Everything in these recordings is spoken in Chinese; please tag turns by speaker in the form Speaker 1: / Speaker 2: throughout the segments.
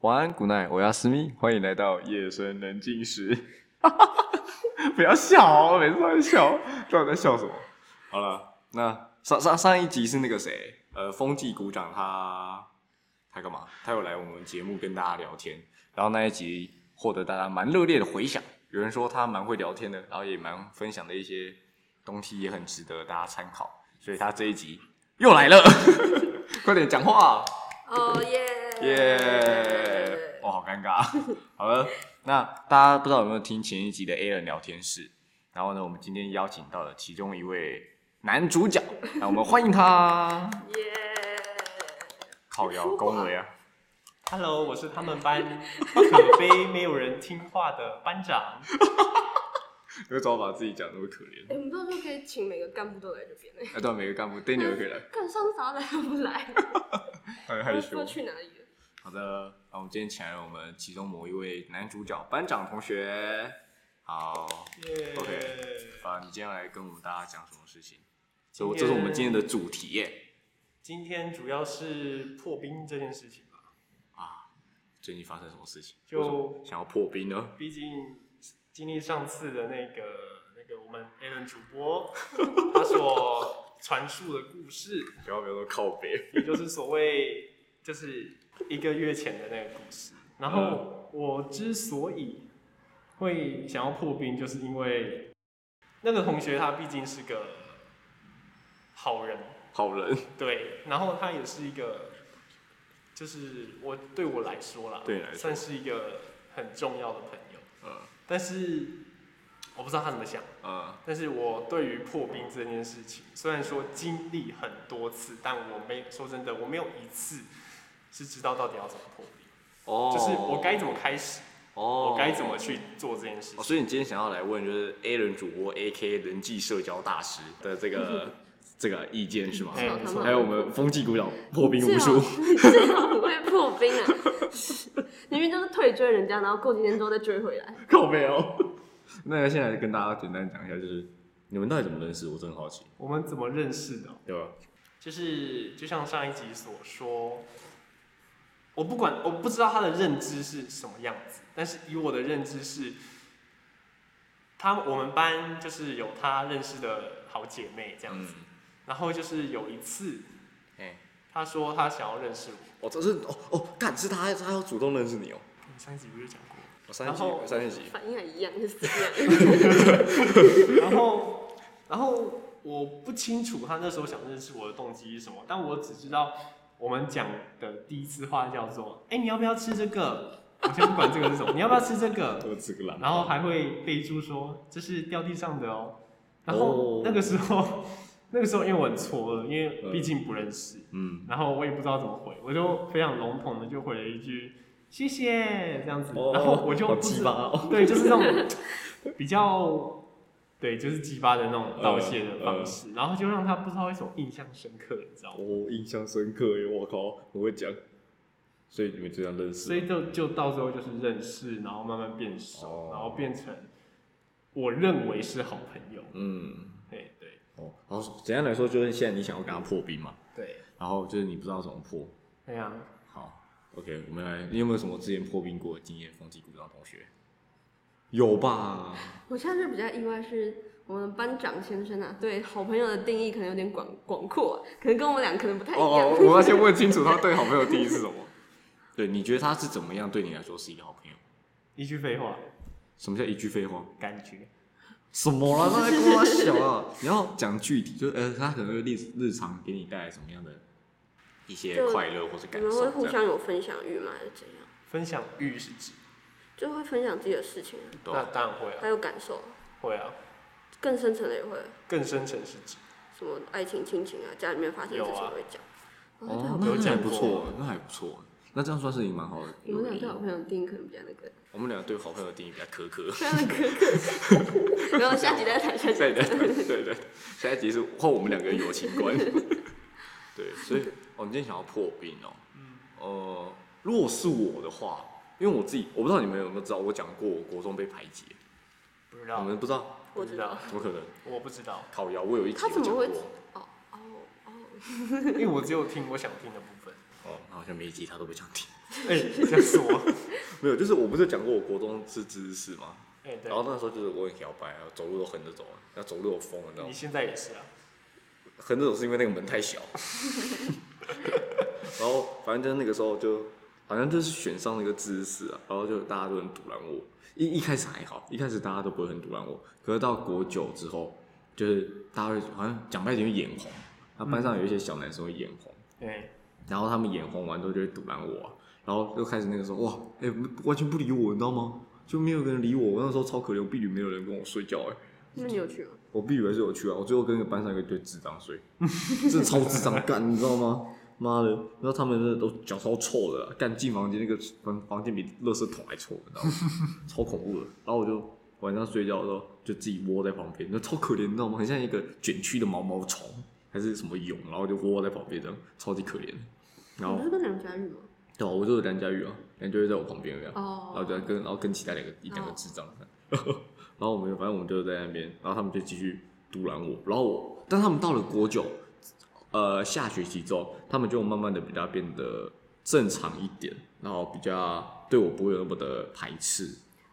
Speaker 1: Good night，我要思密，欢迎来到夜深人静时。不要笑哦，每次都在笑，到底在笑什么？好了，那上上上一集是那个谁，呃，风纪股长他他干嘛？他有来我们节目跟大家聊天，然后那一集获得大家蛮热烈的回响，有人说他蛮会聊天的，然后也蛮分享的一些东西，也很值得大家参考，所以他这一集又来了， 快点讲话。啊
Speaker 2: 哦耶！
Speaker 1: 耶！哇，好尴尬。好了，那大家不知道有没有听前一集的 A 人聊天室？然后呢，我们今天邀请到了其中一位男主角，那我们欢迎他。
Speaker 2: 耶！
Speaker 1: 靠腰恭维啊！
Speaker 3: Hello，我是他们 班不可悲、没有人听话的班长。
Speaker 1: 有怎么把自己讲那么可怜？
Speaker 2: 哎，我们到时候可以请每个干部都来这边哎。
Speaker 1: 哎，对啊，每个干部 Daniel 也可以来，
Speaker 2: 干上啥来都不来，
Speaker 1: 很
Speaker 2: 不
Speaker 1: 害
Speaker 2: 知
Speaker 1: 羞。
Speaker 2: 道去哪里了。
Speaker 1: 好的，那我们今天请来了我们其中某一位男主角班长同学。好，
Speaker 3: 耶
Speaker 1: OK 啊，你今天要来跟我们大家讲什么事情？这我这是我们今天的主题耶。
Speaker 3: 今天主要是破冰这件事情吧，
Speaker 1: 啊，最近发生什么事情？
Speaker 3: 就
Speaker 1: 为什么想要破冰呢？
Speaker 3: 毕竟经历上次的那个那个我们 Alan 主播他所传述的故事，
Speaker 1: 不要不要说靠北，
Speaker 3: 也就是所谓就是一个月前的那个故事。然
Speaker 1: 嗯
Speaker 3: 后我之所以会想要破冰，就是因为那个同学他毕竟是个好人，
Speaker 1: 好人。
Speaker 3: 对，然后他也是一个，就是我对我来说啦，
Speaker 1: 对你来说
Speaker 3: 算是一个很重要的朋友。
Speaker 1: 呃
Speaker 3: 但是我不知道他怎么想，
Speaker 1: 呃，
Speaker 3: 但是我对于破冰这件事情，虽然说经历很多次，但我没说真的，我没有一次是知道到底要怎么破冰，
Speaker 1: 哦，
Speaker 3: 就是我该怎么开始，
Speaker 1: 哦，
Speaker 3: 我该怎么去做这件事
Speaker 1: 哦？
Speaker 3: 情。
Speaker 1: 所以你今天想要来问，就是 A 人主播 A K 人际社交大师的这个这个意见是吗？
Speaker 3: 哎没错
Speaker 1: 还有我们风纪股长破冰无
Speaker 2: 至少
Speaker 1: 数，
Speaker 2: 至少不会破冰啊！明明就是退追人家，然后过几天之后再追回来。
Speaker 1: 靠北哦。那现在跟大家简单讲一下，就是你们到底怎么认识？我真的好奇，
Speaker 3: 我们怎么认识的？
Speaker 1: 对吧？
Speaker 3: 就是就像上一集所说，我不管我不知道他的认知是什么样子，但是以我的认知是，他我们班就是有他认识的好姐妹这
Speaker 1: 这
Speaker 3: 样子，，然后就是有一次
Speaker 1: 哎，
Speaker 3: 他说他想要认识我，
Speaker 1: 哦，这是哦哦，干是他他要主动认识你哦，
Speaker 3: 嗯上一集不是讲过，
Speaker 1: 哦三十
Speaker 3: 然后
Speaker 1: 集三十集，
Speaker 2: 反应还一样，就是这样。
Speaker 3: 然后然后我不清楚他那时候想认识我的动机是什么，但我只知道我们讲的第一次话叫做，哎、你要不要吃这 个？我先不管这个是什么，你要不要吃这个？
Speaker 1: 我吃个懒
Speaker 3: 然后还会备注说这是掉地上的哦。然
Speaker 1: 哦
Speaker 3: 后那个时候， 那个时候因为我很错愕，因为毕竟不认识，
Speaker 1: 嗯，
Speaker 3: 然后我也不知道怎么回，我就非常笼统的就回了一句谢谢这样子，
Speaker 1: 哦
Speaker 3: 然后我就
Speaker 1: 好
Speaker 3: 不
Speaker 1: 鸡
Speaker 3: 知
Speaker 1: 巴哦
Speaker 3: 对，就是那种比较。对，就是鸡巴的那种道谢的方
Speaker 1: 嗯
Speaker 3: 式，然后就让他不知道为什么印象深刻，你知道吗？
Speaker 1: 我哦印象深刻耶！我靠，我会讲，所以你们就这样认识
Speaker 3: 所以就就到最后就是认识，然后慢慢变熟，
Speaker 1: 哦
Speaker 3: 然后变成我认为是好朋友。
Speaker 1: 嗯，
Speaker 3: 对对
Speaker 1: 哦，然后简单来说就是现在你想要跟他破冰嘛，
Speaker 3: 对，
Speaker 1: 然后就是你不知道怎么破。
Speaker 3: 哎呀，
Speaker 1: 好，OK，我们来，你有没有什么之前破冰过的经验？风纪股长同学，有吧？
Speaker 2: 我现在是比较意外，是我们班长先生啊，对好朋友的定义可能有点广广阔、啊，可能跟我们俩可能不太一样。
Speaker 1: 哦我 要先问清楚他对好朋友定义是什么。对，你觉得他是怎么样对你来说是一个好朋友？
Speaker 3: 一句废话，
Speaker 1: 什么叫一句废话？
Speaker 3: 感觉
Speaker 1: 什么啦？那还跟我小啊！你要讲具体，就呃，他可能会日日常给你带来什么样的一些
Speaker 2: 就
Speaker 1: 快乐或者
Speaker 2: 你
Speaker 1: 感
Speaker 2: 们
Speaker 1: 受
Speaker 2: 会？互
Speaker 1: 这样
Speaker 2: 相有分享欲吗？还是怎样？
Speaker 3: 分享欲是指，
Speaker 2: 就会分享自己的事情啊，
Speaker 1: 对
Speaker 3: 那
Speaker 1: 啊
Speaker 3: 当然会啊，
Speaker 2: 还有感受啊，
Speaker 3: 会啊，
Speaker 2: 更深层的也会，
Speaker 3: 更深层是指，
Speaker 2: 什么爱情、亲情啊，家里面发生的事
Speaker 3: 有
Speaker 2: 情
Speaker 3: 啊
Speaker 2: 会讲。然后对好
Speaker 1: 哦，
Speaker 2: 朋
Speaker 1: 那
Speaker 2: 友
Speaker 3: 有
Speaker 1: 还
Speaker 3: 讲
Speaker 1: 不
Speaker 3: 过
Speaker 1: 错，那还不错。那这样算是你蛮好的。
Speaker 2: 我们俩对好朋友的定义可能比较那 个，
Speaker 1: 我们俩对好朋友的定义比较苛刻。
Speaker 2: 非常苛 刻。然后下集再谈，下集
Speaker 1: 对
Speaker 2: 再
Speaker 1: 的，
Speaker 2: 谈。
Speaker 1: 对的。下一集是换我们两个友情观。 对，所以哦，你今天想要破冰哦。呃，如果是我的话，因为我自己，我不知道你们有没有知道，我讲过我国中被排挤，
Speaker 3: 不知
Speaker 1: 你
Speaker 3: 道，
Speaker 1: 们不知道？
Speaker 2: 我知道，
Speaker 1: 怎么可能？
Speaker 3: 我不知道，
Speaker 1: 靠啊腰，我有一集
Speaker 2: 他怎
Speaker 1: 有
Speaker 2: 么
Speaker 1: 讲
Speaker 2: 会
Speaker 1: 过。
Speaker 2: 哦哦哦，
Speaker 3: 因为我只有听我想听的部分，
Speaker 1: 哦，
Speaker 4: 好像每一集他都不想听。
Speaker 3: 哎、这样是我，
Speaker 1: 没有，就是我不是讲过我国中是知识吗？
Speaker 3: 哎、
Speaker 4: 然后
Speaker 3: 对，
Speaker 4: 那时候就是我很摇摆啊，走路都横着走，啊，那走路有风，你知道吗？
Speaker 3: 你现在也是啊，
Speaker 4: 横着走是因为那个门太小。
Speaker 1: 然后反正就是那个时候就好像就是选上了一个知识啊，然后就大家都很堵拦我。一一开始还好，一开始大家都不会很堵拦我，可是到国九之后，就是大家会好像讲白一点就眼红，那班上有一些小男生会眼红，
Speaker 3: 对，
Speaker 1: 然后他们眼红完之后就会堵拦我、啊，然后就开始那个时候哇，哎、完全不理我，你知道吗？就没有人理我，我那时候超可怜，我避旅没有人跟我睡觉、哎，
Speaker 2: 那你有去吗？
Speaker 1: 我避旅还是有去啊，我最后跟一个班上一个对智障睡， 真的超智障干，你知道吗？妈的，然后他们那都脚超臭的啊，干进房间那个房房间比垃圾桶还臭，你知道吗？ 超恐怖的。然后我就晚上睡觉的时候就自己窝在旁边，那超可怜，你知道吗？很像一个卷曲的毛毛虫还是什么蛹，然后就窝在旁边这样，超级可怜。然后
Speaker 2: 你不是跟梁佳玉吗？
Speaker 1: 对啊，我就是梁佳玉啊，梁佳玉在我旁边这样，
Speaker 2: 哦
Speaker 1: 然后就跟然后跟其他两个一两个智障， 然后我们就反正我们就在那边，然后他们就继续堵拦我，然后我，但他们到了国九，呃，下学期之后，他们就慢慢的比较变得正常一点，然后比较对我不会有那么的排斥，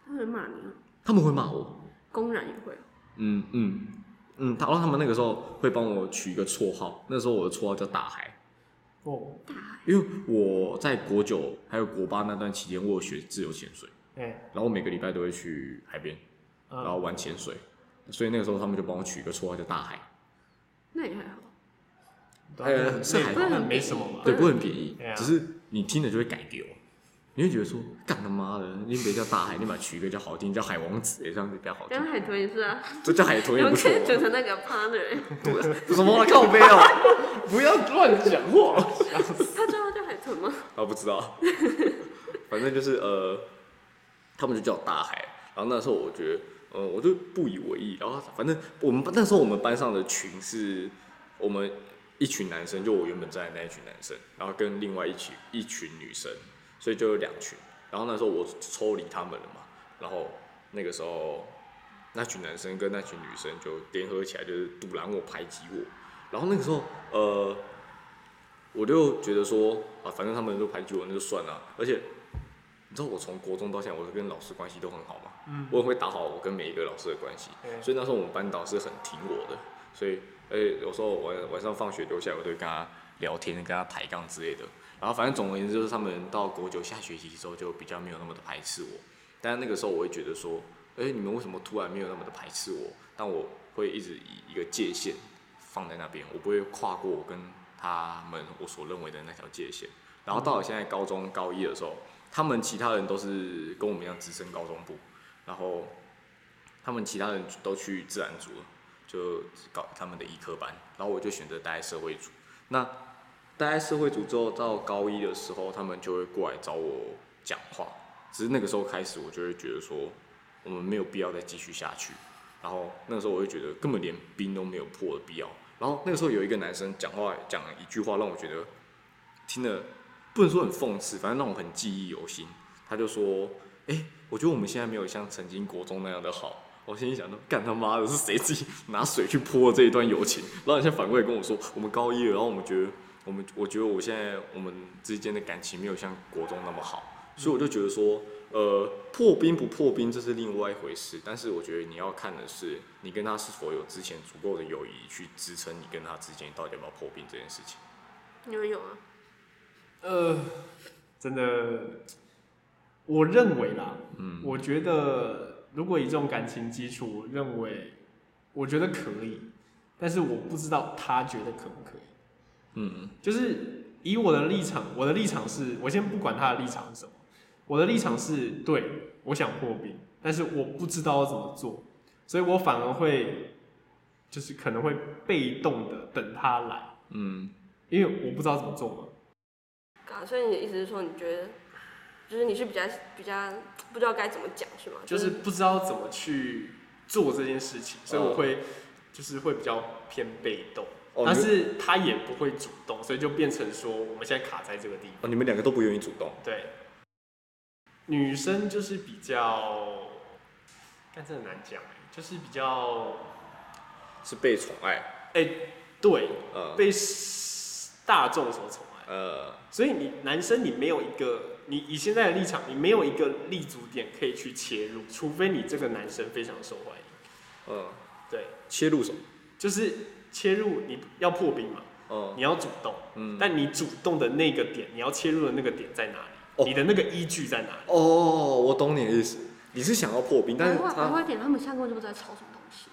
Speaker 2: 他会骂你吗？
Speaker 1: 他们会骂我，
Speaker 2: 公然也会。
Speaker 1: 嗯嗯嗯，他然后他们那个时候会帮我取一个绰号，那时候我的绰号叫大海，
Speaker 3: 哦，
Speaker 1: 因为我在国九还有国八那段期间，我有学自由潜水。
Speaker 3: 哎、
Speaker 1: 然后我每个礼拜都会去海边，
Speaker 3: 嗯
Speaker 1: 然后玩潜水，所以那个时候他们就帮我取一个绰号叫大海，
Speaker 2: 那也还好。
Speaker 3: 对啊
Speaker 1: 呃
Speaker 3: 那
Speaker 1: 是还
Speaker 3: 那
Speaker 2: 好
Speaker 3: 没什么嘛，
Speaker 1: 对，不会很便宜
Speaker 3: 对啊，
Speaker 1: 只是你听了就会改丢，你会觉得说，干他妈的，你别叫大海，你把取一个叫好听，叫海王子，这样子比较好听
Speaker 2: 梁，海豚也是啊，
Speaker 1: 这叫海
Speaker 2: 我
Speaker 1: 豚也
Speaker 2: 们
Speaker 1: 不
Speaker 2: 可
Speaker 1: 错
Speaker 2: 以组
Speaker 1: 啊。
Speaker 2: 成那个 partner，
Speaker 1: 什么啊靠背啊！不要乱讲话。
Speaker 2: 他最后叫海豚吗？
Speaker 1: 啊，不知道，反正就是呃，他们就叫我大海。然后那时候我觉得，呃，我就不以为意。然后反正我们班那时候我们班上的群是，我们一群男生，就我原本在的那一群男生，然后跟另外一群一群女生，所以就有两群。然后那时候我抽离他们了嘛，然后那个时候那群男生跟那群女生就联合起来，就是堵拦我、排挤我。然后那个时候，呃，我就觉得说啊，反正他们都排挤我，那就算了。而且你知道我从国中到现在，我跟老师关系都很好嘛，
Speaker 3: 嗯
Speaker 1: 我也会打好我跟每一个老师的关系，
Speaker 3: 对
Speaker 1: 所以那时候我们班导师很挺我的，所以而且有时候晚晚上放学留下来，我就会跟他聊天，跟他抬杠之类的。然后反正总而言之，就是他们到国九下学期之后，就比较没有那么的排斥我。但是那个时候，我会觉得说，哎、你们为什么突然没有那么的排斥我？但我会一直以一个界限放在那边，我不会跨过我跟他们我所认为的那条界限。然后到了现在高中高一的时候，他们其他人都是跟我们一样直升高中部，然后他们其他人都去自然组了，就搞他们的医科班，然后我就选择待在社会组。那待在社会组之后，到高一的时候，他们就会过来找我讲话。只是那个时候开始，我就会觉得说，我们没有必要再继续下去。然后那个时候，我就觉得根本连冰都没有破的必要。然后那个时候有一个男生讲话讲一句话，让我觉得听了不能说很讽刺，反正让我很记忆犹新。他就说：“哎、我觉得我们现在没有像曾经国中那样的好。”我心里想说：“干他妈的，是谁自己拿水去泼这一段友情？”然后你现在反过来跟我说，我们高一了，然后我们觉得我们我觉得我现在我们之间的感情没有像国中那么好，所以我就觉得说，呃，破冰不破冰这是另外一回事，但是我觉得你要看的是你跟他是否有之前足够的友谊去支撑你跟他之间到底要不要破冰这件事情。
Speaker 2: 你 们有啊？
Speaker 3: 呃，真的，我认为啦，嗯，我觉得如果以这种感情基础，我认为我觉得可以，但是我不知道他觉得可不可以。
Speaker 1: 嗯
Speaker 3: 就是以我的立场，我的立场是我先不管他的立场是什么，我的立场是对我想破冰，但是我不知道要怎么做，所以我反而会就是可能会被动的等他来，
Speaker 1: 嗯，
Speaker 3: 因为我不知道怎么做嘛。
Speaker 2: 啊，所以你的意思是说，你觉得就是你是比较比较不知道该怎么讲是吗？
Speaker 3: 就是不知道怎么去做这件事情，所以我会就是会比较偏被动，
Speaker 1: 哦
Speaker 3: 但是他也不会主动，所以就变成说我们现在卡在这个地方。
Speaker 1: 哦，你们两个都不愿意主动，
Speaker 3: 对，女生就是比较，但这很难讲欸就是比较，
Speaker 1: 是被宠爱，
Speaker 3: 哎、对，
Speaker 1: 呃，
Speaker 3: 被大众所宠爱，
Speaker 1: 呃，
Speaker 3: 所以你男生你没有一个，你以现在的立场，你没有一个立足点可以去切入，除非你这个男生非常受欢迎。
Speaker 1: 嗯，
Speaker 3: 对，
Speaker 1: 切入什么？
Speaker 3: 就是切入你要破冰嘛，
Speaker 1: 嗯
Speaker 3: 你要主动，
Speaker 1: 嗯，
Speaker 3: 但你主动的那个点，你要切入的那个点在哪里？
Speaker 1: 哦
Speaker 3: 你的那个依据在哪里？
Speaker 1: 哦，我懂你的意思，你是想要破冰，但
Speaker 2: 白
Speaker 1: 是
Speaker 2: 话白
Speaker 1: 他
Speaker 2: 话点，他们现在根本就不知道在吵什么东西，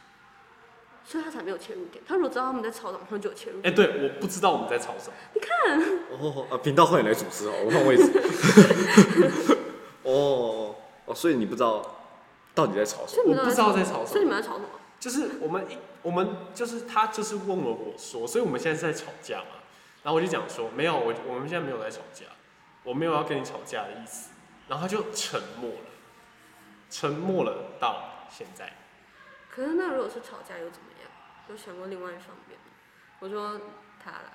Speaker 2: 所以他才没有切入点。他如果知道他们在吵什么，他就有切入
Speaker 3: 哎、。对，我不知道我们在吵什么。
Speaker 1: 哦啊，频道换你来主持哦，我换位置。 哦哦，所以你不知道到底在吵什
Speaker 2: 所
Speaker 1: 么
Speaker 2: 以你们
Speaker 3: 我
Speaker 2: 到
Speaker 3: 不
Speaker 2: 底在吵
Speaker 3: 知道在
Speaker 2: 什
Speaker 3: 吵
Speaker 2: 么？
Speaker 3: 什
Speaker 2: 所以你
Speaker 3: 么，
Speaker 2: 们在吵什么？
Speaker 3: 就是我们一我们就是他就是问了我说，所以我们现在是在吵架嘛？然后我就讲说没有，我我们现在没有在吵架，我没有要跟你吵架的意思。然后他就沉默了，沉默了到现在。
Speaker 2: 可是那如果是吵架又怎么样？有想过另外一方面吗？我说他啦，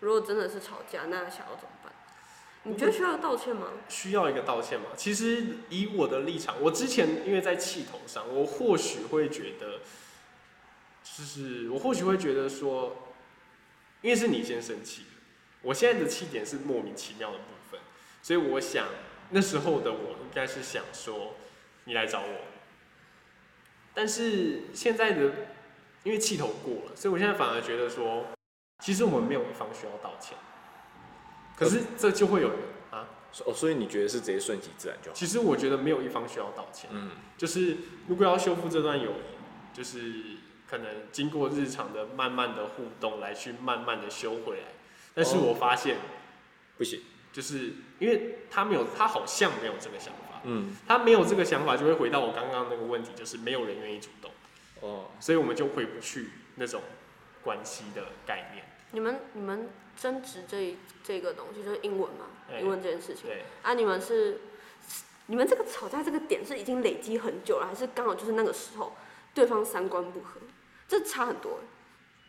Speaker 2: 如果真的是吵架，那想要怎么办？你觉得需要道歉吗？
Speaker 3: 需要一个道歉嘛？其实以我的立场，我之前因为在气头上，我或许会觉得，就是我或许会觉得说，因为是你先生气的，我现在的气点是莫名其妙的部分，所以我想那时候的我应该是想说，你来找我，但是现在的因为气头过了，所以我现在反而觉得说，其实我们没有一方需要道歉，可是这就会有人啊。
Speaker 1: 所哦，所以你觉得是直接顺其自然就好。
Speaker 3: 其实我觉得没有一方需要道歉，
Speaker 1: 嗯，
Speaker 3: 就是如果要修复这段友谊，就是可能经过日常的慢慢的互动来去慢慢的修回来。但是
Speaker 1: 哦
Speaker 3: 我发现，
Speaker 1: 不行。
Speaker 3: 就是因为他没有，他好像没有这个想法，
Speaker 1: 嗯，
Speaker 3: 他没有这个想法，就会回到我刚刚那个问题，就是没有人愿意主动，
Speaker 1: 哦，
Speaker 3: 所以我们就回不去那种关系的概念。
Speaker 2: 你们你们争执这这个东西就是英文嘛？
Speaker 3: 哎
Speaker 2: 英文这件事情
Speaker 3: 对，
Speaker 2: 啊，你们是你们这个吵架这个点是已经累积很久了，还是刚好就是那个时候对方三观不合？这差很多欸，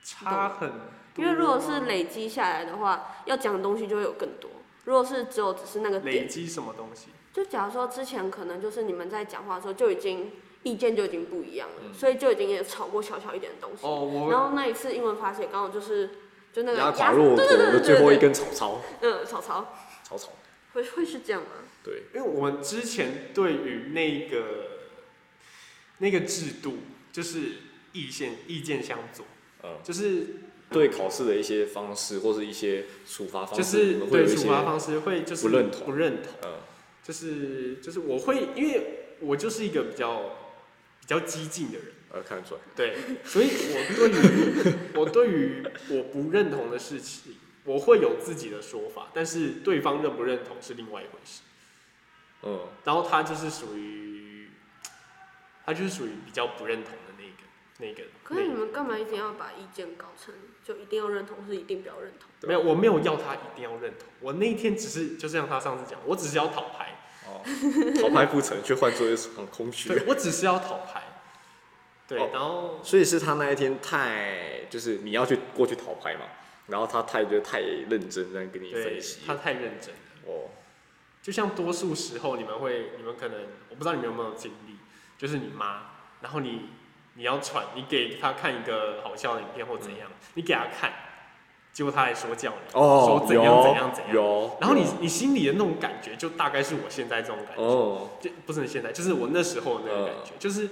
Speaker 3: 差很多吗，
Speaker 2: 因为如果是累积下来的话，要讲的东西就会有更多。如果是只有只是那个
Speaker 3: 累
Speaker 2: 点，
Speaker 3: 积什么东西，
Speaker 2: 就假如说之前可能就是你们在讲话的时候就已经意见就已经不一样了，
Speaker 1: 嗯
Speaker 2: 所以就已经也吵过小小一点的东西。
Speaker 3: 哦，
Speaker 2: 然
Speaker 3: 我
Speaker 2: 后那一次英文发泄刚好就是就那个
Speaker 1: 压
Speaker 2: 呃压
Speaker 1: 垮骆
Speaker 2: 对
Speaker 1: 驼
Speaker 2: 对对对
Speaker 1: 的
Speaker 2: 对
Speaker 1: 最后一
Speaker 2: 对
Speaker 1: 根草草，
Speaker 2: 嗯，曹操
Speaker 1: 草草。
Speaker 2: 会会是这样吗？
Speaker 1: 对，
Speaker 3: 因为我们之前对于那个那个制度，就是意见意见相左，
Speaker 1: 嗯，
Speaker 3: 就是
Speaker 1: 对考试的一些方式或是一些处罚方式，
Speaker 3: 就
Speaker 1: 我
Speaker 3: 是
Speaker 1: 们会有
Speaker 3: 对
Speaker 1: 一
Speaker 3: 处
Speaker 1: 些
Speaker 3: 罚方式会就是
Speaker 1: 不认同
Speaker 3: 不认同，
Speaker 1: 嗯
Speaker 3: 就是就是我会因为我就是一个比较比较激进的人，
Speaker 1: 呃看得出来。
Speaker 3: 对，所以我对于 我对于我不认同的事情，我会有自己的说法，但是对方认不认同是另外一回事。
Speaker 1: 嗯，
Speaker 3: 然后他就是属于，他就是属于比较不认同的那个那个。
Speaker 2: 可是你
Speaker 3: 那
Speaker 2: 们干嘛一定要把意见搞成就一定要认同，是一定不要认同？
Speaker 3: 个没有，我没有要他一定要认同。我那一天只是，就像他上次讲，我只是要讨牌，
Speaker 1: 哦， 讨拍不成，却换作一场空虚
Speaker 3: 对。我只是要讨牌。对，
Speaker 1: 哦
Speaker 3: 然后
Speaker 1: 所以是他那一天太，就是你要去过去讨拍嘛，然后他太就太认真在跟你
Speaker 3: 对
Speaker 1: 分析，
Speaker 3: 他太认真了。
Speaker 1: 哦，
Speaker 3: 就像多数时候你们会，你们可能我不知道你们有没有经历，就是你妈，然后你你要传，你给他看一个好笑的影片或怎样，你给他看，结果他还说教你，
Speaker 1: 嗯哦
Speaker 3: 说怎样怎样怎样，
Speaker 1: 有，
Speaker 3: 然后你你心里的那种感觉，就大概是我现在这种感觉，
Speaker 1: 哦，嗯
Speaker 3: 就不是现在，就是我那时候的那个感觉，就是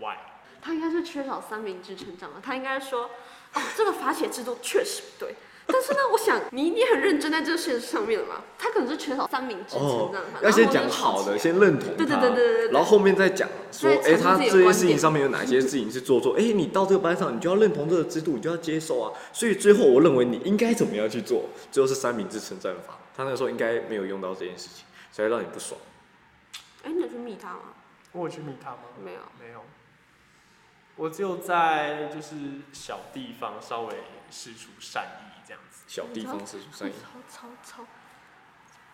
Speaker 3: why
Speaker 2: 他应该是缺少三明治成长的，他应该说，哦，这个罚写制度确实不对。但是呢，我想你你很认真在这个现实上面了嘛？他可能是缺少三明治成
Speaker 1: 哦
Speaker 2: 长嘛，，
Speaker 1: 要
Speaker 2: 然后
Speaker 1: 先
Speaker 2: 就
Speaker 1: 讲
Speaker 2: 吵
Speaker 1: 好
Speaker 2: 起来
Speaker 1: 的，先认同
Speaker 2: 对对
Speaker 1: 他
Speaker 2: 对对对对
Speaker 1: 然后后面再讲说，
Speaker 2: 再
Speaker 1: 哎，
Speaker 2: 阐述
Speaker 1: 他
Speaker 2: 自己的
Speaker 1: 这些
Speaker 2: 观
Speaker 1: 事情
Speaker 2: 点
Speaker 1: 上面有哪些事情是做错？哎，你到这个班上，你就要认同这个制度，你就要接受啊。所以最后我认为你应该怎么样去做，最后是三明治称赞法。他那个时候应该没有用到这件事情，才会让你不爽。
Speaker 2: 哎，你有去密他吗？
Speaker 3: 我有去密他吗？
Speaker 2: 没有。
Speaker 3: 没有，我只有在就是小地方稍微施出善意这样子。
Speaker 1: 小地方是善意，
Speaker 2: 超超超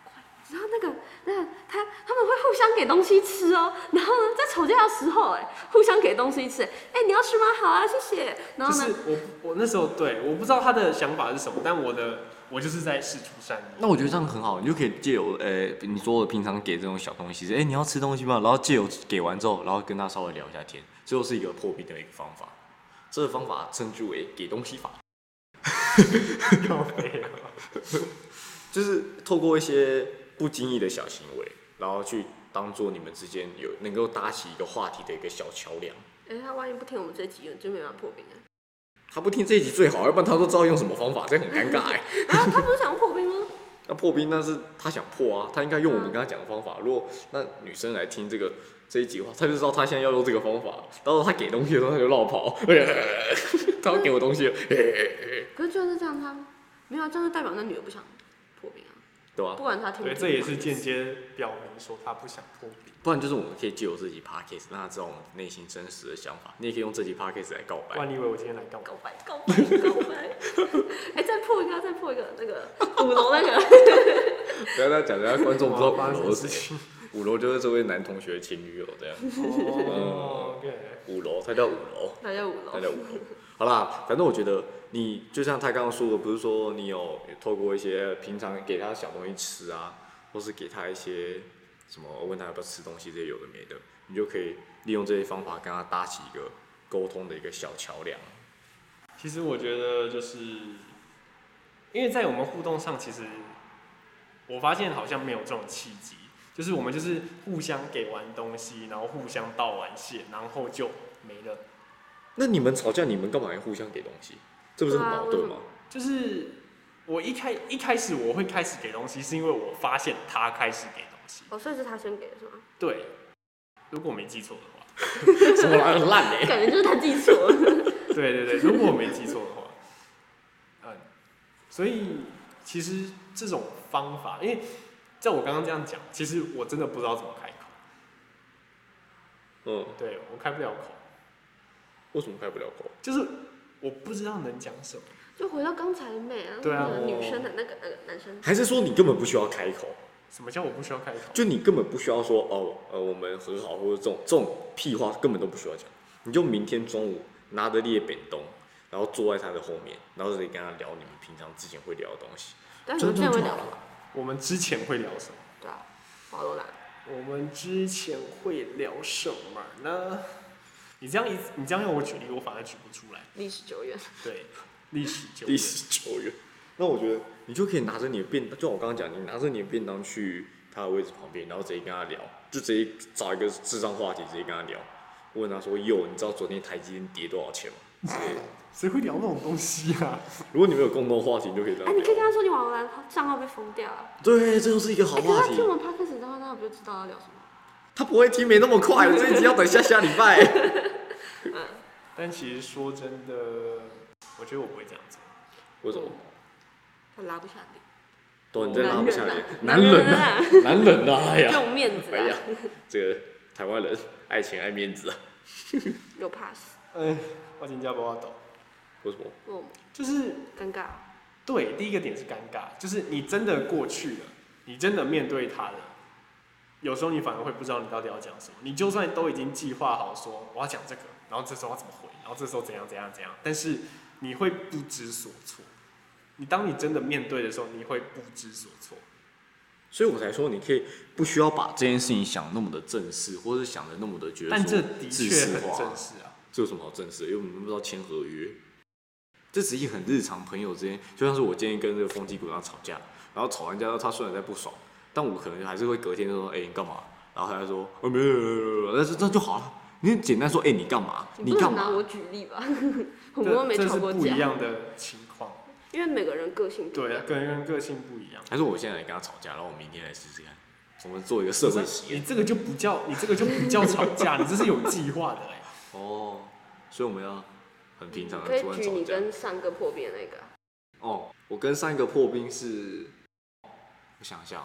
Speaker 2: 快！你知道那个那个他他们会互相给东西吃哦，然后呢，在吵架的时候，哎，互相给东西吃，哎，你要吃吗？好啊，谢谢。然
Speaker 3: 就
Speaker 2: 后呢
Speaker 3: 是，我我那时候对，我不知道他的想法是什么，但我的我就是在试出善意。
Speaker 5: 那我觉得这样很好，你就可以借由呃，你说我平常给这种小东西是，哎、你要吃东西吗？然后借由给完之后，然后跟他稍微聊一下天，最后是一个破冰的一个方法。这个方法称之为给东西法。
Speaker 3: 靠背啊
Speaker 1: 就是透过一些不经意的小行为，然后去当做你们之间有能够搭起一个话题的一个小桥梁。
Speaker 2: 哎、他万一不听我们这集，就没办法破 冰了。啊
Speaker 1: 他不听这一集最好，要不然他都知道用什么方法，这样很尴尬哎、
Speaker 2: 啊，他不是想破冰吗？
Speaker 1: 那破冰那是他想破啊，他应该用我们跟他讲的方法。如果那女生来听这个这一集的话，他就知道他现在要用这个方法。到时候他给东西的时候他就绕跑， 他要给我东 西了，
Speaker 2: 可是就是这样，他没有啊，这样就代表那女的不想破冰啊。
Speaker 1: 对吧、
Speaker 2: 不管他听不
Speaker 3: 对，
Speaker 2: 听，
Speaker 3: 这也是间接表明说他不想破冰。
Speaker 1: 不然就是我们可以借由这集 podcast 让他知道我们内心真实的想法。你也可以用这集 podcast 来告白。
Speaker 3: 万一以为我今天来干嘛？
Speaker 2: 告白，告白，告白。哎、再破一个，再破一个，那个五楼那个。
Speaker 1: 不要再讲，人家观众不知道
Speaker 3: 我发 生
Speaker 1: 五
Speaker 3: 什
Speaker 1: 楼
Speaker 3: 么
Speaker 1: 是
Speaker 3: 事
Speaker 1: 谁
Speaker 3: 情。
Speaker 1: 五楼就是这位男同学的前女友这样。
Speaker 3: 哦，OK，
Speaker 1: 五楼，他叫五楼。
Speaker 2: 大家五楼
Speaker 1: 大。家五楼。好啦，反正我觉得你就像他刚刚说的，不是说你有透过一些平常给他小东西吃啊，或是给他一些什么问他要不要吃东西这些有的没的，你就可以利用这些方法跟他搭起一个沟通的一个小桥梁。
Speaker 3: 其实我觉得就是，因为在我们互动上，其实我发现好像没有这种契机，就是我们就是互相给完东西，然后互相道完谢，然后就没了。
Speaker 1: 那你们吵架，你们干嘛要互相给东西？这不是很
Speaker 2: 对啊
Speaker 1: 矛盾吗？
Speaker 3: 嗯就是我一开一开始我会开始给东西，是因为我发现他开始给东西。
Speaker 2: 哦，所以是他先给的是吗？
Speaker 3: 对，如果我没记错的话。
Speaker 1: 什么啦很烂嘞、欸
Speaker 2: 感觉就是他记错了。
Speaker 3: 对对对，如果我没记错的话，嗯，所以其实这种方法，因为在我刚刚这样讲，其实我真的不知道怎么开口，
Speaker 1: 嗯，
Speaker 3: 对我开不了口，
Speaker 1: 为什么开不了口？
Speaker 3: 就是我不知道能讲什么。
Speaker 2: 就回到刚才的妹啊，
Speaker 3: 对啊
Speaker 2: 那个
Speaker 3: 我
Speaker 2: 女生的那个那个男生，
Speaker 1: 还是说你根本不需要开口？
Speaker 3: 什么叫我不需要开口？
Speaker 1: 就你根本不需要说哦，呃，我们和好或者这种这种屁话根本都不需要讲，你就明天中午拿着列扁东，然后坐在他的后面，然后再跟他聊你们平常之前会聊的东西，
Speaker 2: 但是
Speaker 1: 尊
Speaker 2: 我
Speaker 1: 重就
Speaker 2: 这会
Speaker 1: 好
Speaker 2: 聊
Speaker 1: 了
Speaker 2: 了，。
Speaker 3: 我们之前会聊什么？
Speaker 2: 对啊，保罗啦，
Speaker 3: 我们之前会聊什么呢？你这样一你这样要我举例，我反而举不出来。
Speaker 2: 历史久远，
Speaker 3: 对，历史久
Speaker 1: 历
Speaker 3: 远，
Speaker 1: 史久远。那我觉得你就可以拿着你的便，就像我刚刚讲，你拿着你的便当去他的位置旁边，然后直接跟他聊，就直接找一个智障话题，直接跟他聊，问他说：“哟，你知道昨天台积电跌多少钱吗？”之类的。
Speaker 3: 谁会聊那种东西啊？
Speaker 1: 如果你们有共同话题，你就可以这
Speaker 2: 哎，
Speaker 1: 样
Speaker 2: 你可以
Speaker 1: 聊。
Speaker 2: 跟他说你网罗兰账号被封掉了，
Speaker 1: 对，这就是一个好
Speaker 2: 哎，可是
Speaker 1: 话
Speaker 2: 他
Speaker 1: 题。
Speaker 2: 听我们 podcast 的话，那我不就知道要聊什么？
Speaker 1: 他不会听，没那么 快，这一集要等下下礼拜。
Speaker 3: 但其实说真的，我觉得我不会这样做。
Speaker 1: 为什么？
Speaker 2: 他拉不下脸，
Speaker 1: 对，你再拉不下脸，男
Speaker 2: 男人
Speaker 1: 人
Speaker 2: 啊
Speaker 1: 啊， 男人啊，哎呀，
Speaker 2: 用面子
Speaker 1: 哎呀
Speaker 2: 啊，，
Speaker 1: 这个台湾人爱钱爱面子啊。
Speaker 2: 有 pass，
Speaker 3: 哎，我真正无法度。
Speaker 1: 为什么？
Speaker 2: 我
Speaker 3: 就是
Speaker 2: 尴尬，
Speaker 3: 对，第一个点是尴尬，就是你真的过去了，你真的面对他了，有时候你反而会不知道你到底要讲什么。你就算都已经计划好说我要讲这个，然后这时候要怎么回，然后这时候怎样怎样怎样，但是你会不知所措。你当你真的面对的时候，你会不知所措。
Speaker 1: 所以我才说，你可以不需要把这件事情想那么的正式，或者想的那么的觉得
Speaker 3: 但
Speaker 1: 说
Speaker 3: 这的
Speaker 1: 自
Speaker 3: 确
Speaker 1: 私
Speaker 3: 很
Speaker 1: 化
Speaker 3: 正式啊。
Speaker 1: 这有什么好正式的？因为我们不知道签合约，这只是一个很日常朋友之间，就像是我今天跟这个风纪股长吵架，然后吵完架，他虽然在不爽，但我可能还是会隔天就说，哎、你干嘛？然后他就说，呃、没有没有没有没有，那就那就好了。你就简单说，哎、你干嘛？
Speaker 2: 你不
Speaker 1: 干
Speaker 2: 能拿我
Speaker 1: 嘛？
Speaker 2: 举例吧？ 我们又
Speaker 3: 这
Speaker 2: 没
Speaker 3: 这
Speaker 2: 吵
Speaker 3: 是
Speaker 2: 过
Speaker 3: 不一
Speaker 2: 架，
Speaker 3: 样的情况，
Speaker 2: 因为每个人个性不一
Speaker 3: 对
Speaker 1: 啊
Speaker 2: 样，，
Speaker 3: 个人个性不一样。
Speaker 1: 还是我现在来跟他吵架，然后我明天来试试看，我们做一个社会实
Speaker 3: 你
Speaker 1: 验。
Speaker 3: 这个就不叫你这个就不叫吵架，你这是有计划的哎、
Speaker 1: 哦，所以我们要很平常
Speaker 2: 可
Speaker 1: 的
Speaker 2: 以
Speaker 1: 突然
Speaker 2: 举
Speaker 1: 吵
Speaker 2: 你
Speaker 1: 架。
Speaker 2: 跟上个破冰的那个啊。
Speaker 1: 哦，我跟上一个破冰是，我想一下哦，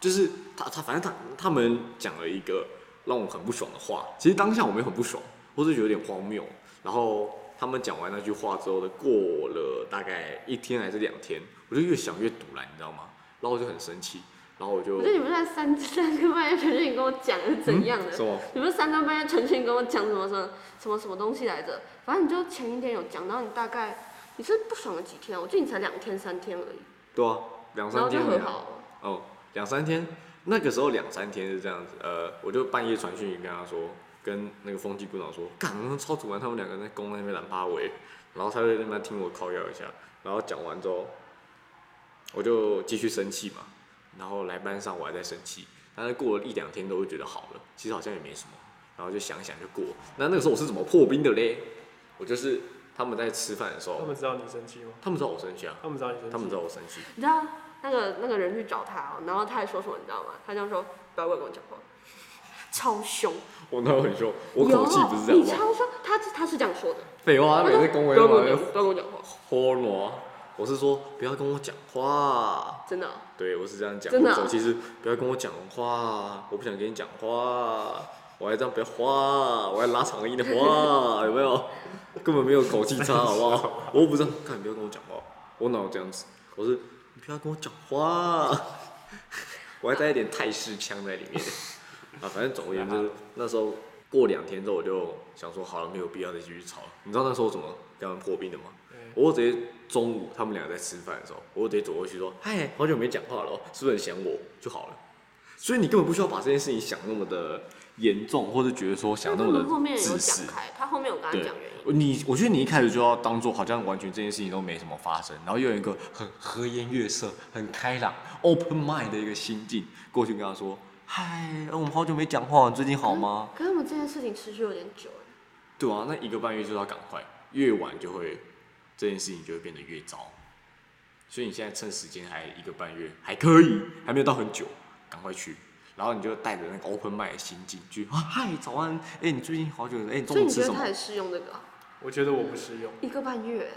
Speaker 1: 就是他他反正他他们讲了一个让我很不爽的话，其实当下我没有很不爽，我是觉得有点荒谬。然后他们讲完那句话之后呢，过了大概一天还是两天，我就越想越堵然，你知道吗？然后我就很生气，然后我就
Speaker 2: 我觉得你们在三三更半夜传讯跟我讲是怎样的？
Speaker 1: 什么？
Speaker 2: 你们三更半夜传讯跟我讲什么什么什么什么东西来着？反正你就前一天有讲，然后你大概你是不爽了几天啊？我记得你才两天三天而已，
Speaker 1: 对啊，两
Speaker 2: 然
Speaker 1: 三
Speaker 2: 后就
Speaker 1: 天
Speaker 2: 和
Speaker 1: 而已啊
Speaker 2: 好了。
Speaker 1: 哦，两三天，那个时候两三天是这样子，呃，我就半夜传讯息跟他说，跟那个风纪股长说，干，超主管他们两个在公那边拦八尾，然后他就在那边听我靠腰一下，然后讲完之后，我就继续生气嘛，然后来班上我还在生气，但是过了一两天都会觉得好了，其实好像也没什么，然后就想一想就过。那那个时候我是怎么破冰的嘞？我就是他们在吃饭的时候
Speaker 3: 他，们知道你生气吗？
Speaker 1: 他们知道我生气啊，
Speaker 3: 他们知道你生气？
Speaker 1: 他们知道我生气，
Speaker 2: 你知道那个那个人去找他哦，然后他还说什么，你知道吗？他这样说：“不要过来跟我讲话。”超凶，
Speaker 1: 我那很凶，我口气不是这
Speaker 2: 有你啊
Speaker 1: 样吧？
Speaker 2: 超凶，他他是这样说的，
Speaker 1: 废话，
Speaker 2: 他
Speaker 1: 他
Speaker 2: 说
Speaker 1: 每次恭维
Speaker 2: 不要跟
Speaker 1: 我
Speaker 2: 我讲，
Speaker 1: 就
Speaker 2: 不要跟我讲话，
Speaker 1: 豁挪，我是说不要跟我讲话。
Speaker 2: 真的哦、
Speaker 1: 对，我是这样讲。
Speaker 2: 真的啊
Speaker 1: 我走，其实不要跟我讲话，我不想跟你讲话，我还这样不要话，我还拉长音的 话，有没有？根本没有口气差，好不 好？我又不是，看你不要跟我讲话，我哪有这样子？我是你不要跟我讲话， 我还带一点泰式腔在里面。啊，反正总而言之，那时候过两天之后，我就想说，好了，没有必要再继续吵了。你知道那时候我怎么跟他们破冰的吗？
Speaker 3: 对
Speaker 1: 我直接中午他们俩在吃饭的时候，我直接走过去说：“嗨，好久没讲话了哦，是不是很想我？”就好了。所以你根本不需要把这件事情想那么的严重，或者觉得说想
Speaker 2: 但
Speaker 1: 那
Speaker 2: 他
Speaker 1: 么
Speaker 2: 们后面
Speaker 1: 的
Speaker 2: 有
Speaker 1: 自私
Speaker 2: 讲。开，他后面有跟他
Speaker 1: 对
Speaker 2: 讲原因，，
Speaker 1: 你我觉得你一开始就要当做好像完全这件事情都没什么发生，然后又有一个很和颜悦色、很开朗、open mind 的一个心境过去跟他说：“嗨，呃我们好久没讲话，你最近好吗？”
Speaker 2: 可是我们这件事情持续有点久欸了，
Speaker 1: 对啊，那一个半月就是要赶快，越晚就会这件事情就会变得越糟。所以你现在趁时间还一个半月，还可以，还没有到很久，赶快去。然后你就带着那个 open mind 的心境去啊，嗨，早安，哎、你最近好久了，哎、你中
Speaker 2: 所以
Speaker 1: 午
Speaker 2: 你
Speaker 1: 吃
Speaker 2: 觉得
Speaker 1: 什
Speaker 2: 他
Speaker 1: 么？
Speaker 2: 也适用这个啊、
Speaker 3: 我觉得我不适用，
Speaker 2: 一个半月、欸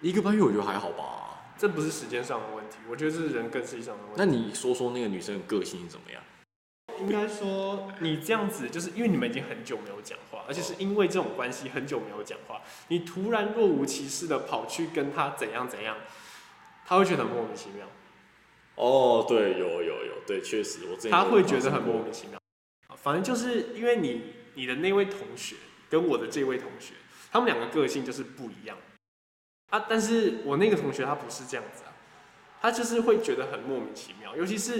Speaker 1: 一个半月我觉得还好吧。
Speaker 3: 这不是时间上的问题，我觉得这是人跟自己上的问题。
Speaker 1: 那你说说那个女生的个性是怎么样？
Speaker 3: 应该说，你这样子就是因为你们已经很久没有讲话，而且是因为这种关系很久没有讲话，你突然若无其事的跑去跟他怎样怎样，他会觉得很莫名其妙，
Speaker 1: 哦，对，有有有，对，确实我之
Speaker 3: 他会觉得很莫名其妙。反正就是因为你你的那位同学跟我的这位同学，他们两个个性就是不一样啊。但是我那个同学他不是这样子啊，他就是会觉得很莫名其妙，尤其是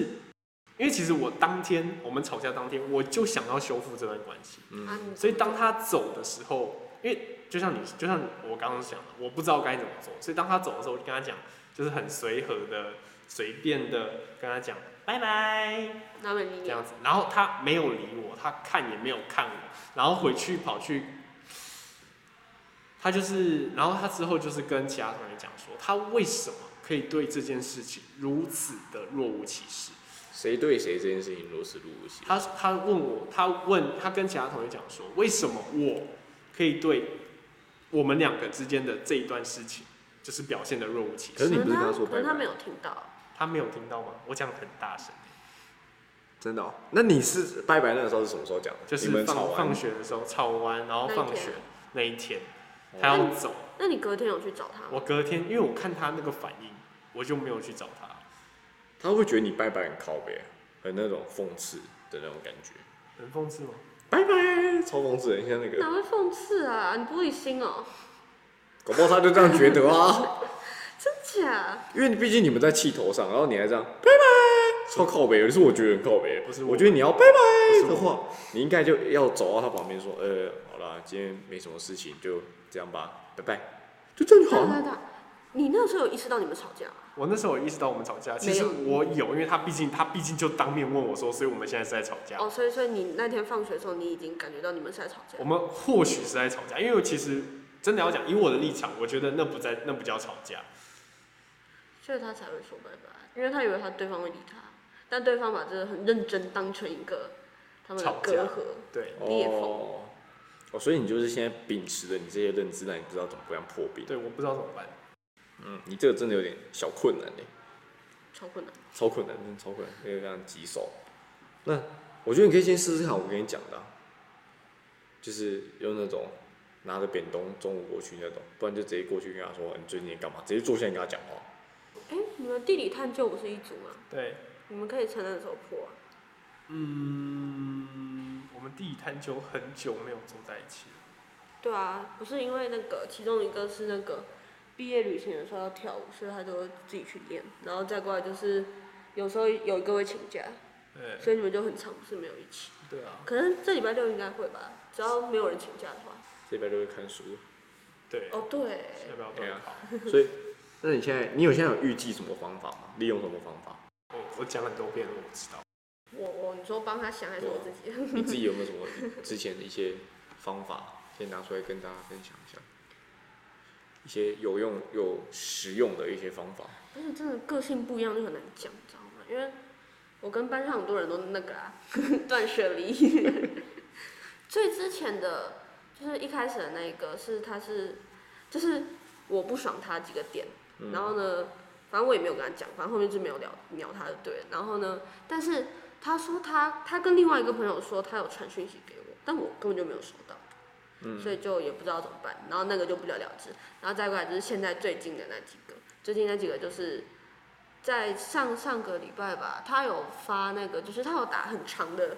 Speaker 3: 因为其实我当天我们吵架当天，我就想要修复这段关系。
Speaker 1: 嗯
Speaker 2: 啊，你
Speaker 3: 所以当他走的时候，因为就像你，就像我刚刚讲的，我不知道该怎么做，所以当他走的时候，我就跟他讲，就是很随和的、随便的跟他讲拜拜
Speaker 2: 拿美
Speaker 3: 这
Speaker 2: 你
Speaker 3: 样子，然后他没有理我，他看也没有看我，然后回去跑去，他就是，然后他之后就是跟其他同学讲说，他为什么可以对这件事情如此的若无其事。
Speaker 1: 谁对谁这件事情如此入无
Speaker 3: 他他问我，他问他跟其他同学讲说，为什么我可以对我们两个之间的这一段事情，就是表现的若无其
Speaker 1: 可是
Speaker 3: 事。
Speaker 1: 你不是跟他说
Speaker 2: 可能他
Speaker 1: 拜拜
Speaker 2: 没有听到，
Speaker 3: 他没有听到吗？我讲得很大声，
Speaker 1: 真的、哦？那你是拜拜那个时候是什么时候讲的？
Speaker 3: 就是
Speaker 1: 你们吵
Speaker 3: 放
Speaker 1: 完
Speaker 3: 放学的时候吵完，然后
Speaker 2: 那一
Speaker 3: 放
Speaker 2: 天
Speaker 3: 学那一天，
Speaker 1: 哦
Speaker 3: 他要走。
Speaker 2: 那你隔天有去找他吗？
Speaker 3: 我隔天因为我看他那个反应，我就没有去找他。
Speaker 1: 他会觉得你拜拜很靠背，很那种讽刺的那种感觉。
Speaker 3: 很讽刺吗？
Speaker 1: 拜拜，超讽刺的，你像那个
Speaker 2: 哪，会讽刺啊？你玻璃心哦、
Speaker 1: 搞不好他就这样觉得啊，
Speaker 2: 真假？
Speaker 1: 因为毕竟你们在气头上，然后你还这样拜拜，超靠背，是我觉得很靠背，
Speaker 3: 不是我
Speaker 1: 我觉得你要拜拜
Speaker 3: 不是
Speaker 1: 的
Speaker 3: 我
Speaker 1: 话，你应该就要走到他旁边说，呃，好啦，今天没什么事情，就这样吧，拜拜，就这样就好
Speaker 2: 对
Speaker 1: 了。
Speaker 2: 对对，你那时候有意识到你们吵架吗？
Speaker 3: 我那时候有意识到我们吵架，其实
Speaker 2: 没
Speaker 3: 我有，因为他毕竟他毕竟就当面问我说，所以我们现在是在吵架。
Speaker 2: 哦，所以所以你那天放学的时候，你已经感觉到你们是在吵架
Speaker 3: 我。们或许是在吵架，因为其实真的要讲，以我的立场，我觉得那不在，那不叫吵架。
Speaker 2: 所以他才会说拜拜，因为他以为他对方会理他，但对方把这个很认真当成一个他们的
Speaker 3: 吵架
Speaker 2: 隔阂。
Speaker 3: 对，
Speaker 2: 裂缝
Speaker 1: 哦，哦，所以你就是现在秉持着你这些认知，但你不知道怎么样破冰。
Speaker 3: 对，我不知道怎么办。
Speaker 1: 嗯，你这个真的有点小困难嘞。欸
Speaker 2: 超困难。
Speaker 1: 超困难，真的超困难，那个非常棘手。那我觉得你可以先试试看，我跟你讲的啊、就是用那种拿着扁东中午过去那种，不然就直接过去跟他说你最近在干嘛，直接坐下来跟他讲话。
Speaker 2: 哎、你们地理探究不是一组吗？
Speaker 3: 对，
Speaker 2: 你们可以承认的时候破啊。
Speaker 3: 嗯，我们地理探究很久没有坐在一起了。
Speaker 2: 对啊，不是因为那个其中一个是那个毕业旅行的时候要跳舞，所以他就会自己去练，然后再过来就是有时候有一个会请假，
Speaker 3: 对，
Speaker 2: 所以你哦们就很长不是没有一起。
Speaker 3: 对啊，
Speaker 2: 可能这礼拜六应该会吧，只要没有人请假的话。
Speaker 1: 这边就会看书，
Speaker 3: 对，
Speaker 2: 哦，对，
Speaker 3: 要不要
Speaker 1: 对
Speaker 3: 断
Speaker 1: 啊
Speaker 3: 考？
Speaker 1: 所以那你现在，你有现在有预计什么方法吗？利用什么方法？
Speaker 3: 我我讲很多遍了，我知道。
Speaker 2: 我我你说帮他想还是我自己？
Speaker 1: 你自己有没有什么之前的一些方法，先拿出来跟大家分享一下？一些有用有实用的一些方法。
Speaker 2: 但是真的个性不一样就很难讲，你知道吗？因为我跟班上很多人都那个啊， 断舍离。 最之前的就是一开始的那个是他是就是我不爽他几个点，然后呢，反正我也没有跟他讲，反正后面就没有聊聊他就对了。然后呢，但是他说他他跟另外一个朋友说他有传讯息给我，但我根本就没有收到。所以就也不知道怎么办，然后那个就不了了之，然后再过来就是现在最近的那几个，最近那几个就是在上上个礼拜吧，他有发那个，就是他有打很长的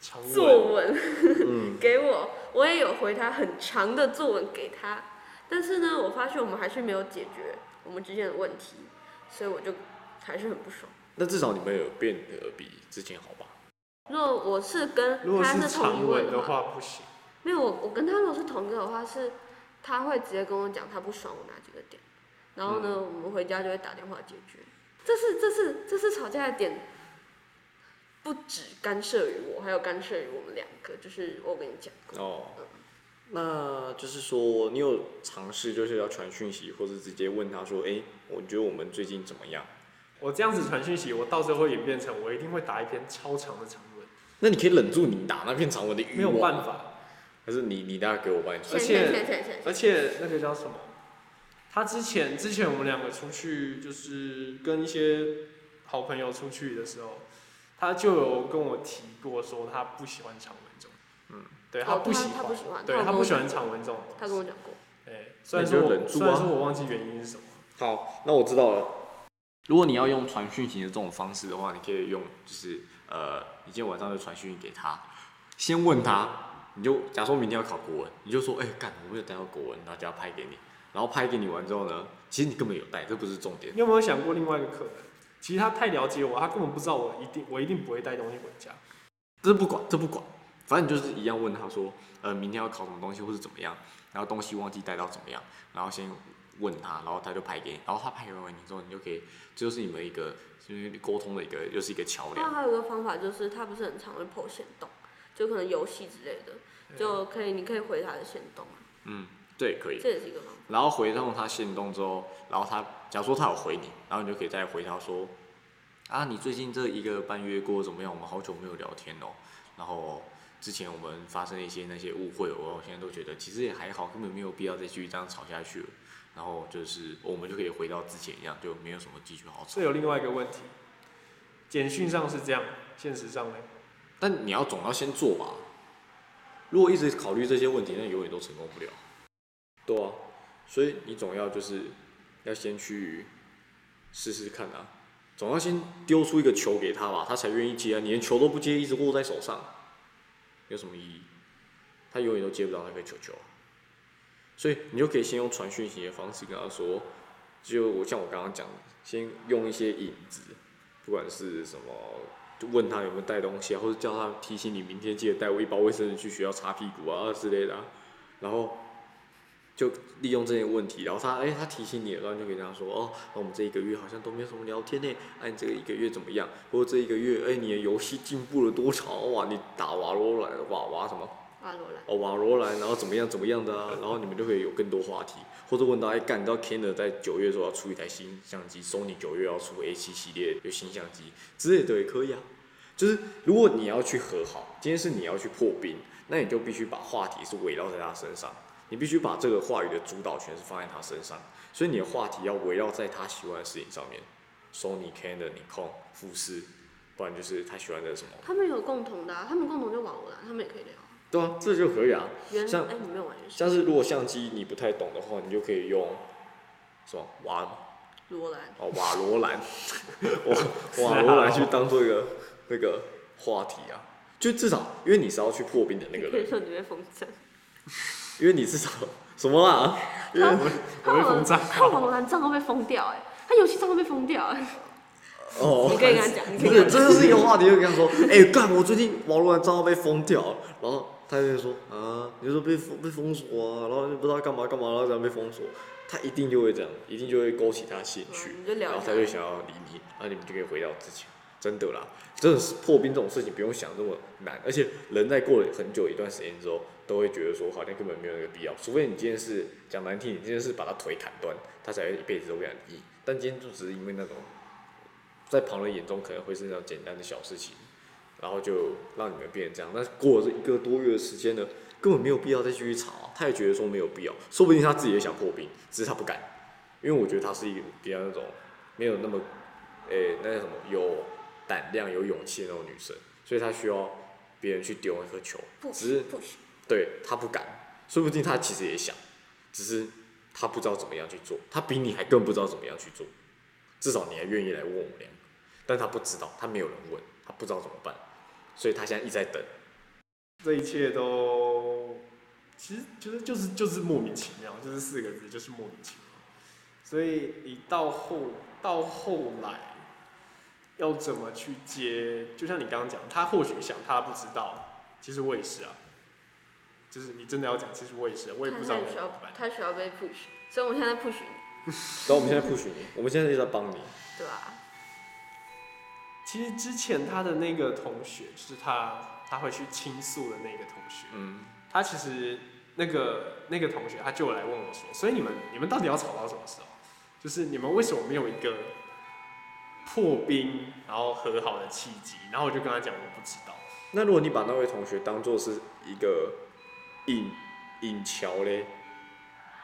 Speaker 3: 长
Speaker 2: 作文
Speaker 1: 嗯，
Speaker 2: 给我，我也有回他很长的作文给他，但是呢，我发现我们还是没有解决我们之间的问题，所以我就还是很不爽。
Speaker 1: 那至少你们有变得比之前好吧？
Speaker 2: 如果我是跟
Speaker 3: 如果
Speaker 2: 他
Speaker 3: 是
Speaker 2: 同一
Speaker 3: 长
Speaker 2: 位
Speaker 3: 文
Speaker 2: 的
Speaker 3: 的话不行，
Speaker 2: 没有，我我跟他如果是同一个的话，是他会直接跟我讲他不爽我哪几个点，然后
Speaker 3: 嗯
Speaker 2: 呢，我们回家就会打电话解决。这是这是这是吵架的点，不止干涉于我，还有干涉于我们两个。就是我跟你讲过，
Speaker 1: 哦，那就是说你有尝试就是要传讯息，或者直接问他说，哎、我觉得我们最近怎么样？
Speaker 3: 我这样子传讯息，我到时候会演变成我一定会打一篇超长的长文，
Speaker 1: 那你可以忍住你打那片长文的欲
Speaker 3: 没有
Speaker 1: 望，
Speaker 3: 办法。
Speaker 1: 还是你你大家给我帮你传
Speaker 3: 而
Speaker 2: 现
Speaker 3: 且
Speaker 2: 现现现现
Speaker 3: 而且那个叫什么？他之前之前我们两个出去，就是跟一些好朋友出去的时候，他就有跟我提过说他不喜欢长文这种，嗯，对
Speaker 2: 哦
Speaker 3: 他不
Speaker 2: 他
Speaker 3: 喜
Speaker 2: 他不喜欢
Speaker 3: 对
Speaker 2: 他有
Speaker 3: 他
Speaker 2: 跟
Speaker 3: 不
Speaker 2: 我
Speaker 3: 喜
Speaker 2: 讲
Speaker 3: 欢长文这种
Speaker 2: 他
Speaker 3: 东
Speaker 2: 跟
Speaker 3: 西。
Speaker 2: 我讲过，
Speaker 3: 哎，虽然
Speaker 1: 那你就
Speaker 3: 说我、
Speaker 1: 忍住啊
Speaker 3: 虽然说我忘记原因是什么，
Speaker 1: 好，那我知道了。如果你要用传讯息的这种方式的话，你可以用就是呃，你今天晚上就传讯息给他，先问他，你就假如说明天要考国文，你就说，哎、干，我没有带到国文，然后叫他拍给你，然后拍给你完之后呢，其实你根本有带，这不是重点。
Speaker 3: 你有没有想过另外一个可能？其实他太了解我，他根本不知道我一定我一定不会带东西回家。
Speaker 1: 这不管，这不管，反正你就是一样问他说，呃，明天要考什么东西或是怎么样，然后东西忘记带到怎么样，然后先问他，然后他就拍给你，然后他拍给完你之后，你就可以，这就是你们一个就是沟通的一个，又是一个桥
Speaker 2: 他
Speaker 1: 梁。
Speaker 2: 还有一个方法就是他不是很常会破线动，就可能游戏之类的，就可以你可以回他的线动啊，
Speaker 1: 嗯，对，可以。
Speaker 2: 这也是一个方法。
Speaker 1: 然后回到他行动之后，然后他假如说他有回你，然后你就可以再回他说，啊，你最近这一个半月过得怎么样？我们好久没有聊天哦。然后之前我们发生了一些那些误会，我现在都觉得其实也还好，根本没有必要再继续这样吵下去了。然后就是哦我们就可以回到之前一样，就没有什么继续好吵
Speaker 3: 这。有另外一个问题，简讯上是这样，现实上呢？
Speaker 1: 但你要总要先做吧。如果一直考虑这些问题，那永远都成功不了。对啊，所以你总要就是要先去试试看啊，总要先丢出一个球给他吧，他才愿意接啊。你连球都不接，一直握在手上，有什么意义？他永远都接不到那个球球啊。所以你就可以先用传讯息的方式跟他说，就我像我刚刚讲的，先用一些引子，不管是什么，就问他有没有带东西啊，或者叫他提醒你明天记得带我一包卫生纸去学校擦屁股啊之类的、啊，然后就利用这些问题，然后他哎、他提醒你了，然后你就可以跟他说哦，那我们这一个月好像都没有什么聊天呢，哎、你这个一个月怎么样？或者这一个月哎、你的游戏进步了多少？哇你打瓦罗兰瓦瓦什么？
Speaker 2: 阿罗兰，
Speaker 1: 哦，瓦罗兰，然后怎么样怎么样的啊，然后你们就可以有更多话题，或者问到哎，干，你知道 Canon 在九月的时候要出一台新相机，Sony 九月要出 A 7系列有新相机之类的也可以啊。就是如果你要去和好，今天是你要去破冰，那你就必须把话题是围绕在他身上，你必须把这个话语的主导权是放在他身上，所以你的话题要围绕在他喜欢的事情上面，Sony、Canon、Nikon、富士，不然就是他喜欢的什么，
Speaker 2: 他们有共同的、啊，他们共同就网络啦，他们也可以聊啊。
Speaker 1: 对啊，这就可以啊。
Speaker 2: 原
Speaker 1: 像
Speaker 2: 哎、你没有玩原始
Speaker 1: 像是如果相机你不太懂的话，你就可以用什么瓦
Speaker 2: 罗兰，
Speaker 1: 哦瓦罗兰，瓦瓦罗兰去当做一个那个话题啊，就至少因为你是要去破冰的那
Speaker 2: 你
Speaker 1: 个
Speaker 2: 可以
Speaker 1: 人，
Speaker 2: 说你被封站，
Speaker 1: 因为你至少什么啊？因为
Speaker 3: 我被封账
Speaker 2: 他网他网罗兰账号被封掉哎、他游戏账号被封掉哎、
Speaker 1: 哦，
Speaker 2: 你可以跟他讲你可以
Speaker 1: 不
Speaker 2: 跟
Speaker 1: 是，
Speaker 2: 他
Speaker 1: 这
Speaker 2: 讲
Speaker 1: 就是一个话题，就跟他说，哎、干，我最近网络的账号被封掉了，然后他就说，啊，你就说被封被封锁啊，然后就不知道干嘛干嘛，然后这样被封锁，他一定就会这样，一定就会勾起他的兴趣
Speaker 2: 嗯，你就聊一下
Speaker 1: 然后他就想要理你，然后你们就可以回到之前，真的啦，真的是破冰这种事情不用想那么难，而且人在过了很久一段时间之后，都会觉得说好像根本没有那个必要，除非你今天是讲难听，你今天是把他腿砍断，他才会一辈子都不想理你，但今天就只是因为那种。在旁人眼中可能会是那种简单的小事情，然后就让你们变成这样。但是过了这一个多月的时间呢，根本没有必要再继续吵啊、他也觉得说没有必要，说不定他自己也想破冰，只是他不敢，因为我觉得他是一个比较那种没有那么，诶、那叫什么有胆量、有勇气的那种女生，所以她需要别人去丢那颗球，
Speaker 2: 不
Speaker 1: 只是
Speaker 2: 不许，
Speaker 1: 对他不敢，说不定他其实也想，只是他不知道怎么样去做，他比你还更不知道怎么样去做。至少你还愿意来问我们两个，但他不知道，他没有人问，他不知道怎么办，所以他现在一直在等。
Speaker 3: 这一切都其实就是就是就是莫名其妙，就是四个字，就是莫名其妙。所以你到后到后来要怎么去接？就像你刚刚讲，他或许想，他不知道，其实我也是啊。就是你真的要讲，其实我也是啊，我也
Speaker 2: 他
Speaker 3: 不知道
Speaker 2: 他
Speaker 3: 该
Speaker 2: 需
Speaker 3: 怎么
Speaker 2: 要
Speaker 3: 办。
Speaker 2: 他需要被 push，所以我现在 push 你，
Speaker 1: 然后我们现在不许你，我们现在一直在帮你。
Speaker 2: 对吧、，
Speaker 3: 其实之前他的那个同学，就是他他会去倾诉的那个同学，
Speaker 1: 嗯，
Speaker 3: 他其实那个那个同学，他就来问我说，所以你们你们到底要吵到什么时候？就是你们为什么没有一个破冰然后和好的契机？然后我就跟他讲，我不知道。
Speaker 1: 那如果你把那位同学当做是一个引引桥嘞？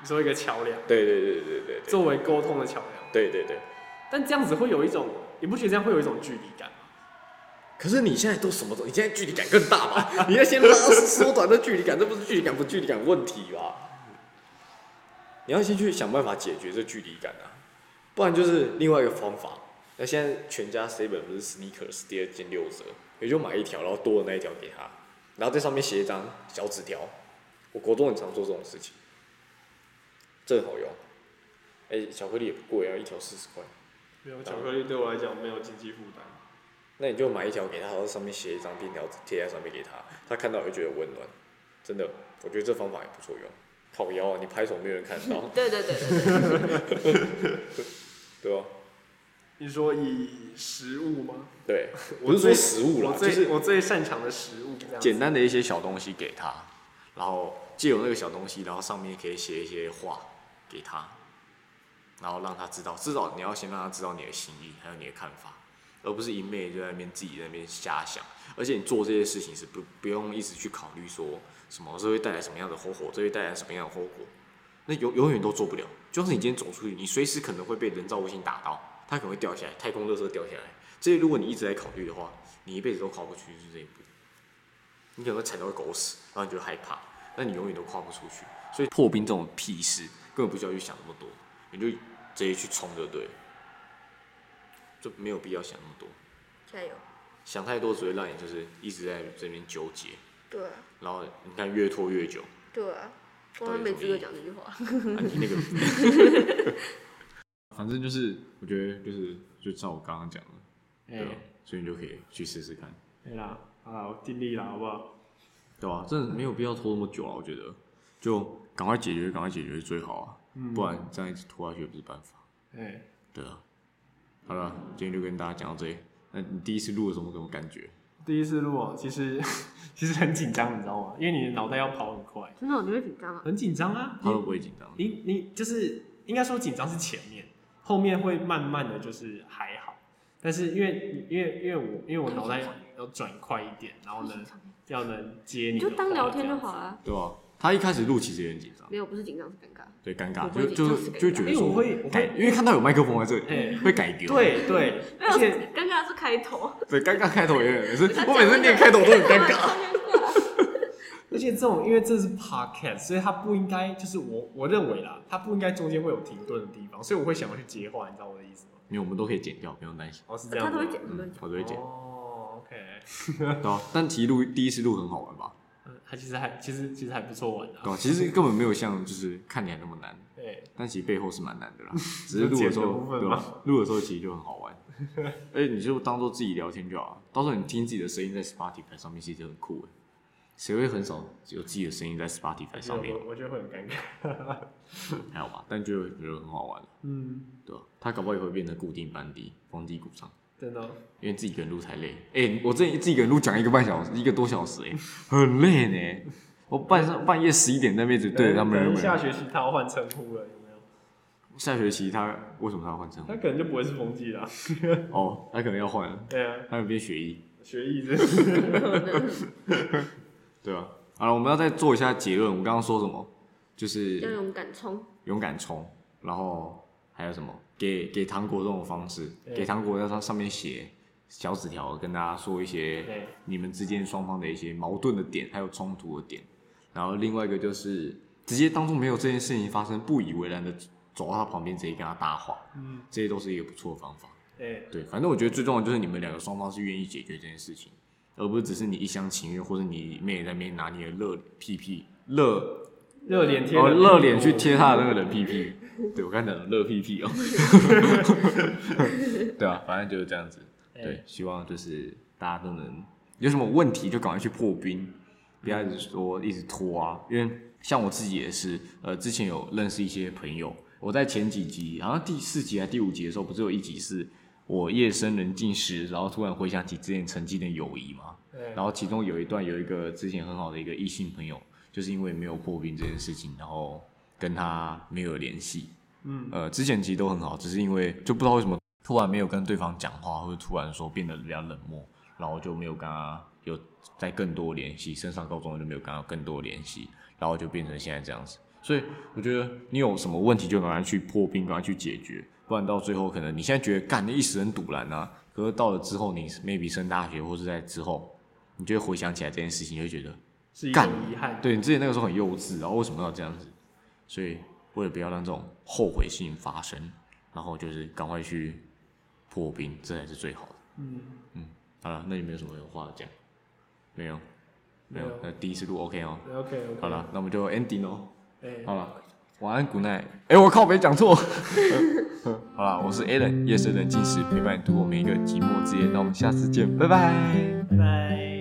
Speaker 3: 你说一个桥梁，
Speaker 1: 对对对对对对
Speaker 3: 作为沟通的桥梁，
Speaker 1: 对对对。
Speaker 3: 但这样子会有一种，你不觉得这样会有一种距离感吗？
Speaker 1: 可是你现在都什么都，你现在距离感更大吧？你要先拉缩短这距离感，这不是距离感不距离感问题吧？你要先去想办法解决这距离感啊，不然就是另外一个方法。那现在全家 seven 不是 sneakers 第二件六折，也就买一条，然后多的那一条给他，然后在上面写一张小纸条。我国中很常做这种事情，这好用。哎、巧克力也不贵啊，一条四十块。
Speaker 3: 没有巧克力对我来讲没有经济负担。
Speaker 1: 那你就买一条给他，然后上面写一张便条纸贴在上面给他，他看到也觉得温暖。真的，我觉得这方法也不错用。靠腰啊，你拍手没有人看得到
Speaker 2: 对对对对对，
Speaker 1: 对吧？
Speaker 3: 你说以食物吗？
Speaker 1: 对，
Speaker 3: 我
Speaker 1: 不是说
Speaker 3: 最
Speaker 1: 食物啦
Speaker 3: 我，
Speaker 1: 就
Speaker 3: 最、
Speaker 1: 是
Speaker 3: 我最擅长的食物这样子。
Speaker 1: 简单的一些小东西给他，然后借由那个小东西，然后上面可以写一些话给他，然后让他知道，至少你要先让他知道你的心意，还有你的看法，而不是一昧就在那边自己在那边瞎想。而且你做这些事情是不不用一直去考虑说什么这会带来什么样的后果，这会带来什么样的后果，那永永远都做不了。就像是你今天走出去，你随时可能会被人造卫星打到，它可能会掉下来，太空垃圾掉下来。这些如果你一直在考虑的话，你一辈子都跨不去这一步。你可能会踩到狗屎，然后你就害怕，但你永远都跨不出去。所以破冰这种屁事，根本不需要去想那么多，你就直接去冲就对了，就没有必要想那么多。
Speaker 2: 加油，
Speaker 1: 想太多只会让你就是一直在这边纠结，
Speaker 2: 对啊
Speaker 1: 然后你看越拖越久，
Speaker 2: 对啊，我好像没资格讲这句话，
Speaker 1: 啊、你那个， 反正就是我觉得就是就照我刚刚讲的，
Speaker 3: 哎、
Speaker 1: 对吧？所以你就可以去试试看，
Speaker 3: 对啦，啊，我尽力啦，好不好？
Speaker 1: 对吧？真的没有必要拖那么久啊，我觉得就赶快解决，赶快解决是最好啊。
Speaker 3: 嗯
Speaker 1: 不然这样一直拖下去也不是办法。
Speaker 3: 哎、
Speaker 1: 对啊，好了，今天就跟大家讲到这里。那你第一次录的时候什么感觉？
Speaker 3: 第一次录哦，其实 其实很紧张，你知道吗？因为你的脑袋要跑很快，
Speaker 2: 真的你会紧张吗？
Speaker 3: 很紧张啊。
Speaker 1: 他会不会紧张？
Speaker 3: 你你你就是应该说紧张是前面，后面会慢慢的就是还好，但是因为因为因为我因为我脑袋要转快一点，然后呢要能接
Speaker 2: 你
Speaker 3: 你的
Speaker 2: 就
Speaker 3: 话
Speaker 2: 当聊天就好
Speaker 3: 这样子。
Speaker 2: 了，
Speaker 1: 对啊，他一开始录其实也很紧张，
Speaker 2: 没有不是紧张是尴尬，
Speaker 1: 对，尴尬，
Speaker 2: 我不会
Speaker 1: 就
Speaker 2: 紧
Speaker 1: 就
Speaker 2: 张
Speaker 1: 是
Speaker 2: 是尴尬
Speaker 1: 就觉得
Speaker 3: 因为
Speaker 1: 说
Speaker 3: 我会我会
Speaker 1: 改，因为看到有麦克风在这里，
Speaker 3: 哎
Speaker 1: 会改丢。
Speaker 3: 对对，
Speaker 2: 没有
Speaker 3: 而且
Speaker 2: 尴尬是开头，
Speaker 1: 对，尴尬开头也很， 每次
Speaker 2: 他
Speaker 1: 我每次念开头都很尴尬。
Speaker 2: 尬，
Speaker 3: 而且这种因为这是 podcast，所以它不应该就是我我认为啦，它不应该中间会有停顿的地方，所以我会想要去接话，你知道我的意思吗？
Speaker 1: 没有，我们都可以剪掉，不用担心。
Speaker 3: 哦，是这样
Speaker 2: 他
Speaker 3: 子
Speaker 2: 都
Speaker 3: 吗，
Speaker 2: 会剪，他都会
Speaker 1: 嗯，
Speaker 2: 讲，
Speaker 1: 我都会剪。
Speaker 3: 哦，OK。
Speaker 1: 对啊，但其实录第一次录很好玩吧？
Speaker 3: 嗯，还其实还其实其实还不错玩的、
Speaker 1: 对啊，其实根本没有像就是看起来那么难，
Speaker 3: 对，
Speaker 1: 但其实背后是蛮难的啦。只是录的时
Speaker 3: 剪的部
Speaker 1: 候，
Speaker 3: 分
Speaker 1: 对啊
Speaker 3: 吗
Speaker 1: 吧？录的时候其实就很好玩。而且你就当做自己聊天就好，啊到时候你听自己的声音在 Spotify 上面，其实很酷哎。谁会很少有自己的声音在 Spotify 上面？
Speaker 3: 我觉得会很尴尬。
Speaker 1: 还好吧，但就觉得很好玩，
Speaker 3: 嗯，
Speaker 1: 对吧、啊他搞不好也会变成固定班底，风纪鼓掌，
Speaker 3: 真的哦，
Speaker 1: 因为自己一个人录才累。哎、我这自己一个人录讲一个半小时，一个多小时、哎，很累呢。我半上半夜十一点那边只对着他们
Speaker 3: 可能
Speaker 1: 人，
Speaker 3: 哎下学期他要换称呼了，有没有？
Speaker 1: 下学期他为什么他要换称呼
Speaker 3: 他？可能就不会是风纪啦。
Speaker 1: 哦，他可能要换了，
Speaker 3: 对啊，
Speaker 1: 他有变学医，
Speaker 3: 学艺真是。
Speaker 1: 对吧、啊？好了，我们要再做一下结论。我们刚刚说什么？就是
Speaker 2: 要勇敢冲，
Speaker 1: 勇敢冲，然后还有什么？给给糖果这种方式，
Speaker 3: 对
Speaker 1: 给糖果在它上面写小纸条，跟大家说一些
Speaker 3: 对
Speaker 1: 你们之间双方的一些矛盾的点，还有冲突的点。然后另外一个就是直接当做没有这件事情发生，不以为然的走到他旁边，直接跟他搭话，
Speaker 3: 嗯，
Speaker 1: 这些都是一个不错的方法。
Speaker 3: 哎，
Speaker 1: 对，反正我觉得最重要的就是你们两个双方是愿意解决这件事情，而不是只是你一厢情愿，或者你妹在那边拿你的热屁屁热
Speaker 3: 热脸贴
Speaker 1: 哦，
Speaker 3: 冷屁股
Speaker 1: 热脸去贴他的那个人屁屁，对我刚才讲的热屁屁哦，对啊，反正就是这样子。
Speaker 3: 哎
Speaker 1: 对，希望就是大家都能有什么问题就赶快去破冰，不要一直说一直拖啊。因为像我自己也是，呃，之前有认识一些朋友，我在前几集，好像第四集还是第五集的时候，不是有一集是我夜深人静时，然后突然回想起之前曾经的友谊吗？
Speaker 3: 哎
Speaker 1: 然后其中有一段有一个之前很好的一个异性朋友，就是因为没有破冰这件事情，然后跟他没有联系。
Speaker 3: 嗯，
Speaker 1: 呃，之前其实都很好，只是因为就不知道为什么突然没有跟对方讲话，或者突然说变得比较冷漠，然后就没有跟他有再更多联系。升上高中就没有跟他更多联系，然后就变成现在这样子。所以我觉得你有什么问题就赶快去破冰，赶快去解决，不然到最后可能你现在觉得干你一时很堵然啊，可是到了之后你 maybe 升大学或是在之后，你就会回想起来这件事情，你就会觉得
Speaker 3: 是一
Speaker 1: 干
Speaker 3: 种遗憾。
Speaker 1: 对你之前那个时候很幼稚，然后为什么要这样子？所以为了不要让这种后悔事情发生，然后就是赶快去破冰，这才是最好的。
Speaker 3: 嗯，
Speaker 1: 好了，那你们有什么话讲？没有，没有
Speaker 3: 没有。
Speaker 1: 那第一次录 OK 哦。
Speaker 3: OK OK。
Speaker 1: 好了，，那我们就 ending 哦。
Speaker 3: 哎，
Speaker 1: 好了，晚安，good night。哎，我靠，没讲错。 好了，我是 Alan，夜深人静时陪伴你度过每一个寂寞之夜。那我们下次见，拜拜。
Speaker 3: 拜拜。